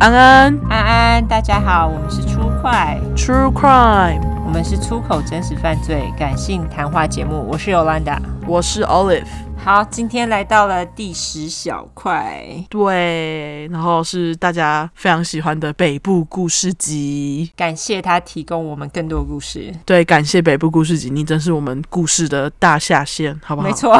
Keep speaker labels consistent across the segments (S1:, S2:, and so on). S1: 安安
S2: 安安，大家好，我们是出快，
S1: True Crime，
S2: 我们是出口真实犯罪感性谈话节目，我是 Yolanda。
S1: 我是 Olive，
S2: 好，今天来到了第十小块，
S1: 对，然后是大家非常喜欢的北部故事集，
S2: 感谢他提供我们更多故事。
S1: 对，感谢北部故事集，你真是我们故事的大下线，好不好？
S2: 没， 错，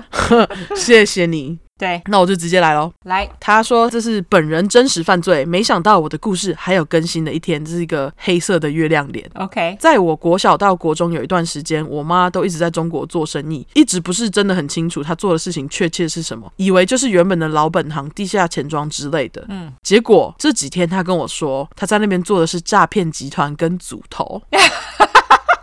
S1: 谢谢你。
S2: 对，
S1: 那我就直接来喽。
S2: 来，
S1: 他说这是本人真实犯罪，没想到我的故事还有更新的一天，这是一个黑色的月亮脸。
S2: OK，
S1: 在我国小到国中有一段时间，我妈都一直在中国做生意，一直不是真的很清楚她做的事情确切是什么，以为就是原本的老本行、地下钱庄之类的。嗯，结果这几天她跟我说，她在那边做的是诈骗集团跟组头。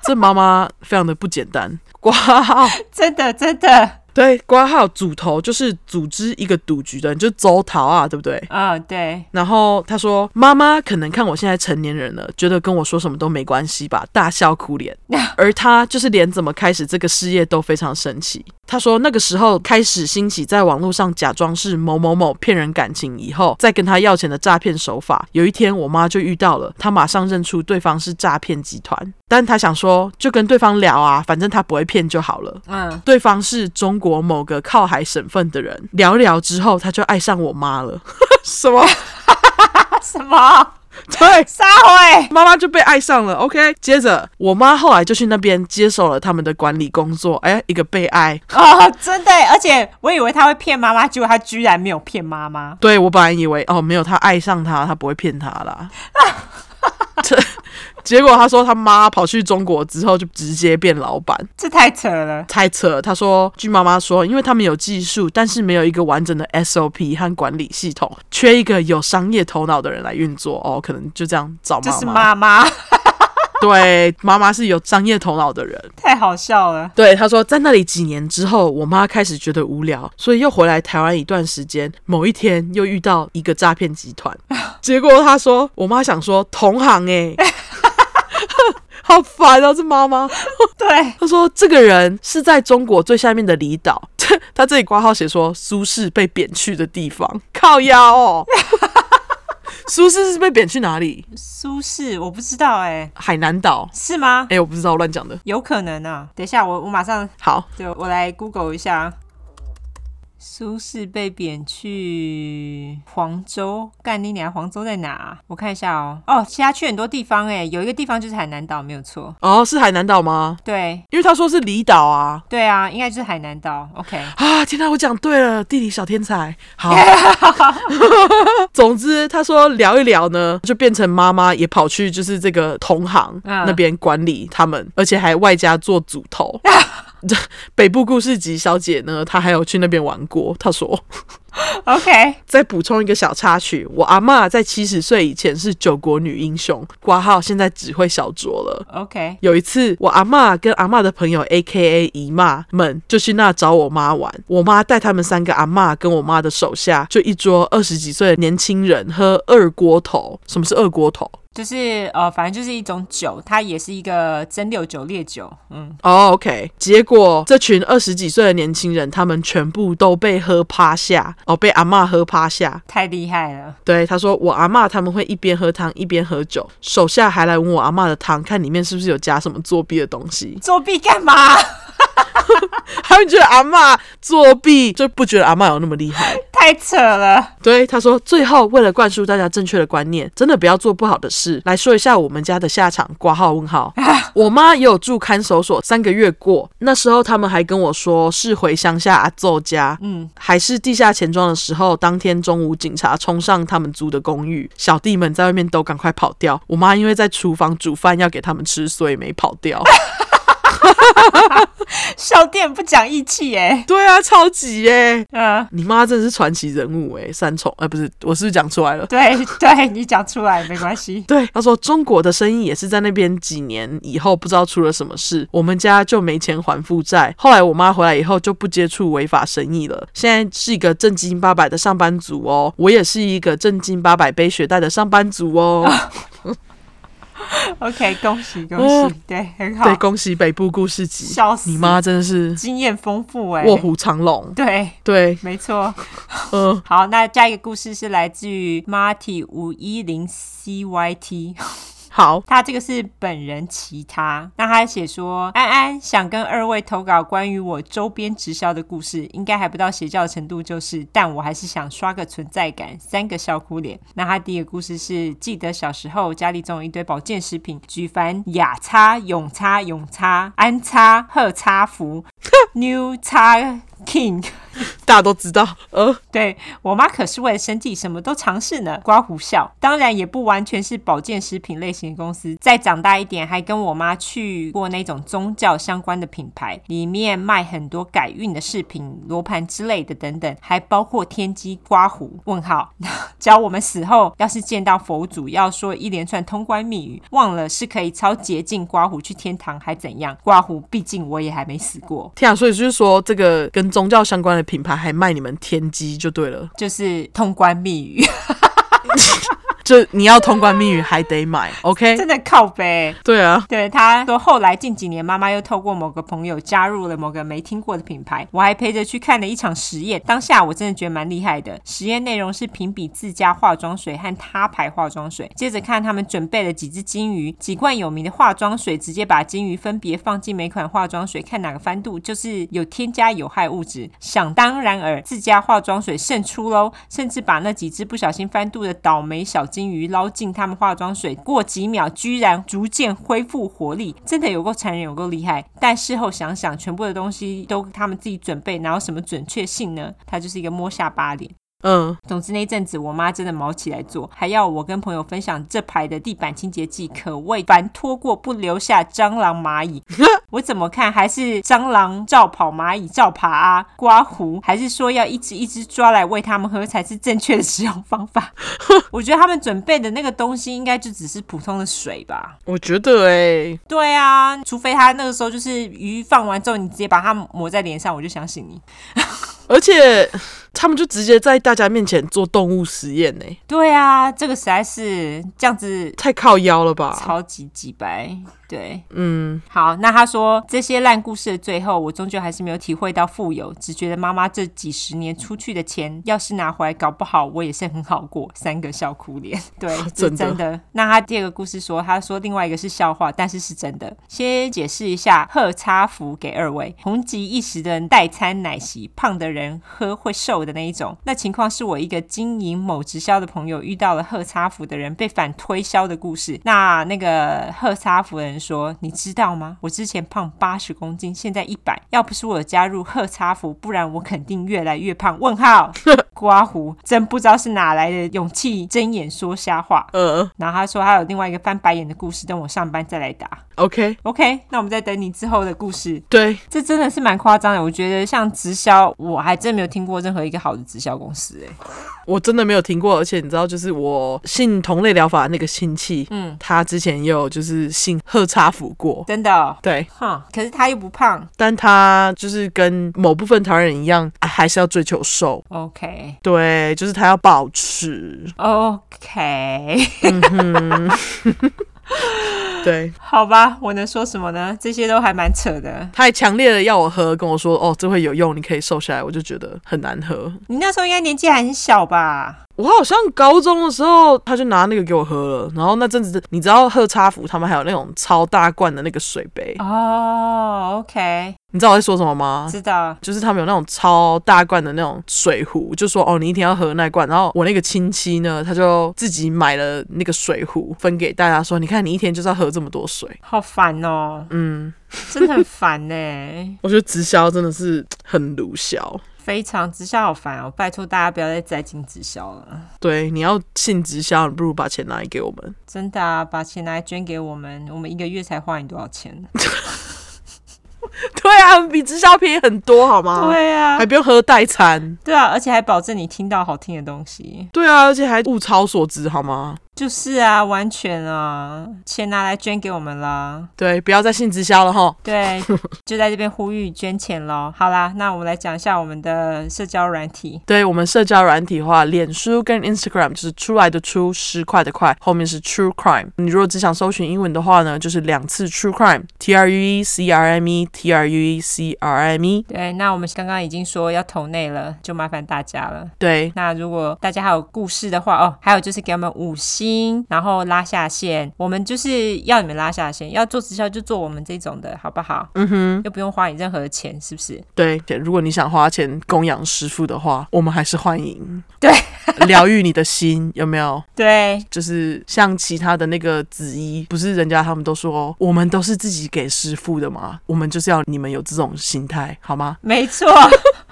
S1: 这妈妈非常的不简单，挂号
S2: 真的真的，
S1: 对挂号组头就是组织一个赌局的人，就是周桃啊，对不对？
S2: 嗯、对，
S1: 然后他说：“妈妈可能看我现在成年人了，觉得跟我说什么都没关系吧，大笑哭脸。而他就是连怎么开始这个事业都非常神奇。他说那个时候开始兴起在网络上假装是某某某骗人感情，以后再跟他要钱的诈骗手法。有一天我妈就遇到了，她马上认出对方是诈骗集团，但她想说就跟对方聊啊，反正他不会骗就好了。
S2: 嗯，
S1: 对方是中国某个靠海省份的人，聊聊之后他就爱上我妈了。 什么？
S2: 啊什么？
S1: 对，
S2: 撒谎？
S1: 妈妈就被爱上了。OK，接着我妈后来就去那边接手了他们的管理工作。哎，一个悲哀。
S2: 哦，真的耶，而且我以为他会骗妈妈，结果他居然没有骗妈妈。
S1: 对我本来以为哦，没有，她爱上他，她不会骗他啦。 这结果他说他妈跑去中国之后就直接变老板，
S2: 这太扯了，
S1: 太扯了。他说，据妈妈说，因为他们有技术，但是没有一个完整的 SOP 和管理系统，缺一个有商业头脑的人来运作。哦，可能就这样找
S2: 这
S1: 妈
S2: 是
S1: 妈。
S2: 妈妈，
S1: 对，妈妈是有商业头脑的人。
S2: 太好笑了。
S1: 对，他说在那里几年之后，我妈开始觉得无聊，所以又回来台湾一段时间。某一天又遇到一个诈骗集团，结果他说我妈想说同行哎、 好烦啊！这妈妈，
S2: 对，
S1: 她说这个人是在中国最下面的离岛， 他这里挂号写说苏轼被贬去的地方，靠腰哦。 苏轼是被贬去哪里？
S2: 苏轼我不知道哎、
S1: 海南岛？
S2: 是吗？
S1: 哎、我不知道，乱讲的。
S2: 有可能啊。等一下，我我马上
S1: 好，
S2: 对我来 Google 一下。苏轼被贬去黄州，干你娘！黄州在哪啊、我看一下哦。哦，其他去很多地方哎，有一个地方就是海南岛，没有错。
S1: 哦，是海南岛吗？
S2: 对
S1: 因为他说是离岛啊。
S2: 对啊，应该就是海南岛。OK，
S1: 啊！天哪，我讲对了，地理小天才。好， 总之他说聊一聊呢，就变成妈妈也跑去就是这个同行、
S2: 嗯
S1: 那边管理他们，而且还外加做组头。这北部故事集小姐呢，她还有去那边玩过。她说，
S2: OK，
S1: 再补充一个小插曲，我阿嬷在七十岁以前是九国女英雄，挂号现在只会小酌了。
S2: OK，
S1: 有一次，我阿嬷跟阿嬷的朋友 （A K A 姨妈）们就去那找我妈玩。我妈带他们三个阿嬷跟我妈的手下，就一桌二十几岁的年轻人喝二锅头。什么是二锅头？
S2: 就是呃，反正就是一种酒，它也是一个蒸馏酒、烈酒。嗯，
S1: 哦、o k 结果这群二十几岁的年轻人，他们全部都被喝趴下，哦，被阿嬷喝趴下。
S2: 太厉害了。
S1: 对，他说我阿嬷他们会一边喝汤一边喝酒，手下还来闻我阿嬷的汤，看里面是不是有加什么作弊的东西。
S2: 作弊干嘛？
S1: 他们觉得阿嬷作弊，就不觉得阿嬷有那么厉害。
S2: 太扯了。
S1: 对，他说，最后为了灌输大家正确的观念，真的不要做不好的事。来说一下我们家的下场，挂号问 号。我妈也有住看守所三个月过，那时候他们还跟我说是回乡下阿奏家，嗯，还是地下钱庄的时候，当天中午警察冲上他们租的公寓，小弟们在外面都赶快跑掉。我妈因为在厨房煮饭要给他们吃，所以没跑掉。
S2: 小店不讲义气耶。
S1: 对啊，超级耶、
S2: 嗯、
S1: 你妈真的是传奇人物哎、三重哎、呃不是，我是不是讲出来了？
S2: 对对，你讲出来没关系。
S1: 对，他说中国的生意也是在那边几年以后，不知道出了什么事，我们家就没钱还负债。后来我妈回来以后就不接触违法生意了，现在是一个正经八百的上班 族哦，我也是一个正经八百背学贷的上班族哦。
S2: OK，恭喜恭
S1: 哦
S2: 喜，对，很好
S1: 对，，恭喜北部故事集，
S2: 笑死，
S1: 你妈真的是
S2: 经验丰富哎、
S1: 卧虎藏龙。
S2: 对，
S1: 对，
S2: 没错。
S1: 嗯、
S2: 好，那下一个故事是来自于 Marty 五一零 CYT，
S1: 好，
S2: 他这个是本人其他。那他写说，安安想跟二位投稿关于我周边直销的故事，应该还不到邪教的程度，就是，但我还是想刷个存在感，三个笑哭脸。那他第一个故事是，记得小时候家里总有一堆保健食品，举凡雅叉、永叉、永叉、安叉、赫叉福、New 叉 King。
S1: 大家都知道，呃，
S2: 对我妈可是为了生计什么都尝试呢，刮胡笑。当然也不完全是保健食品类型的公司。再长大一点，还跟我妈去过那种宗教相关的品牌，里面卖很多改运的饰品、罗盘之类的等等，还包括天机刮胡。问号，教我们死后要是见到佛祖，要说一连串通关密语，忘了是可以超捷径刮胡去天堂，还怎样？刮胡，毕竟我也还没死过。
S1: 天啊！所以就是说，这个跟宗教相关的品牌还卖你们天机就对了，
S2: 就是通关密语，
S1: 就你要通关密语还得买，OK？
S2: 真的靠背。
S1: 对啊，
S2: 对，他说后来近几年，妈妈又透过某个朋友加入了某个没听过的品牌，我还陪着去看了一场实验。当下我真的觉得蛮厉害的。实验内容是评比自家化妆水和他牌化妆水，接着看他们准备了几只金鱼，几罐有名的化妆水，直接把金鱼分别放进每款化妆水，看哪个翻度就是有添加有害物质。想当然尔，自家化妆水胜出喽，甚至把那几只不小心翻肚的倒霉小金鱼捞进他们化妆水，过几秒居然逐渐恢复活力，真的有够残忍，有够厉害。但事后想想，全部的东西都他们自己准备，哪有什么准确性呢？他就是一个摸下巴脸。
S1: 嗯，
S2: 总之那一阵子，我妈真的毛起来做，还要我跟朋友分享这牌的地板清洁剂，可谓凡拖过不留下蟑螂、蚂蚁。 我怎么看还是蟑螂照跑，蚂蚁照爬啊，刮胡，还是说要一只一只抓来喂它们喝才是正确的使用方法？ 我觉得他们准备的那个东西应该就只是普通的水吧。
S1: 我觉得哎、
S2: 对啊，除非他那个时候就是鱼放完之后，你直接把它抹在脸上，我就相信你。
S1: 而且他们就直接在大家面前做动物实验呢、
S2: 对啊，这个实在是这样子
S1: 太靠腰了吧？
S2: 超级几白，对。
S1: 嗯，
S2: 好，那他说这些烂故事的最后，我终究还是没有体会到富有，只觉得妈妈这几十年出去的钱，要是拿回来，搞不好我也是很好过。三个笑哭脸，对，这
S1: 真
S2: 是
S1: 的
S2: 真的。那他第二个故事说，他说另外一个是笑话，但是是真的。先解释一下贺差福给二位，红极一时的人代餐奶昔，胖的人喝会瘦的那一种。那情况是我一个经营某直销的朋友遇到了贺差福的人被反推销的故事。那那个贺差福的人说：“你知道吗？我之前胖八十公斤，现在一百，要不是我有加入贺差福，不然我肯定越来越胖。”问号，刮胡，真不知道是哪来的勇气睁眼说瞎话。
S1: 呃
S2: 然后他说还有另外一个翻白眼的故事，等我上班再来打。
S1: ，OK，
S2: OK，那我们再等你之后的故事。
S1: 对，
S2: 这真的是蛮夸张的，我觉得像直销，我还真没有听过任何一个好的直销公司、欸。
S1: 我真的没有听过，而且你知道，就是我信同类疗法的那个亲戚，嗯，他之前也有就是信赫差福过，
S2: 真的哦、
S1: 对，
S2: 哼，可是他又不胖。
S1: 但他就是跟某部分台湾人一样、啊还是要追求瘦，
S2: OK，OK，、
S1: 对，就是他要保持，对，
S2: 好吧，我能说什么呢？这些都还蛮扯的。
S1: 他还强烈的要我喝，跟我说哦，这会有用，你可以瘦下来，我就觉得很难喝。
S2: 你那时候应该年纪还很小吧？
S1: 我好像高中的时候，他就拿那个给我喝了，然后那阵子你知道喝茶福他们还有那种超大罐的那个水杯，
S2: 哦，OK，
S1: 你知道我在说什么吗？
S2: 知道。
S1: 就是他们有那种超大罐的那种水壶，就说哦，你一天要喝那罐。然后我那个亲戚呢，他就自己买了那个水壶分给大家说，你看你一天就是要喝这么多水。
S2: 好烦哦，
S1: 嗯，
S2: 真的很烦欸呢、
S1: 我觉得直销真的是很鲁销。
S2: 非常直销好烦哦，拜托大家不要再栽进直销了。
S1: 对，你要信直销，你不如把钱拿来给我们。
S2: 真的啊，把钱拿来捐给我们，我们一个月才花你多少钱？
S1: 对啊，饭比直销便宜很多，好吗？、
S2: 对啊
S1: 还，不用喝代餐。
S2: 对啊，而且还保证你听到好听的东西。
S1: 对啊，而且还物超所值，好吗？
S2: 就是啊，完全啊，钱拿来捐给我们啦。
S1: 对，不要再信直销了哈。
S2: 对，就在这边呼吁捐钱喽。好啦，那我们来讲一下我们的社交软体。
S1: 对我们社交软体的话，脸书跟 Instagram 就是出来的出，十块的块，后面是 True Crime。你如果只想搜寻英文的话呢，就是两次 True Crime，T R U E C R M E，T R U E C R M E。
S2: 对，那我们刚刚已经说要投内了，就麻烦大家了。
S1: 对，
S2: 那如果大家还有故事的话，哦，还有就是给我们五星，然后拉下线。我们就是要你们拉下线，要做直销就做我们这种的，好不好？
S1: 嗯哼，
S2: 又不用花你任何钱，是不是？
S1: 对。如果你想花钱供养师傅的话，我们还是欢迎。
S2: 对，
S1: 疗愈你的心，有没有？
S2: 对，
S1: 就是像其他的那个紫衣，不是人家他们都说哦我们都是自己给师傅的嘛，我们就是要你们有这种心态，好吗？
S2: 没错，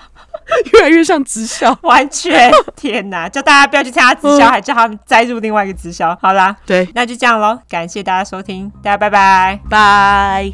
S1: 越来越像直销。
S2: 完全。天哪，叫大家不要去参加直销，
S1: 嗯
S2: 还叫他们栽入另外一个直销。好啦，
S1: 对，
S2: 那就这样喽，感谢大家收听，大家拜拜。
S1: 拜。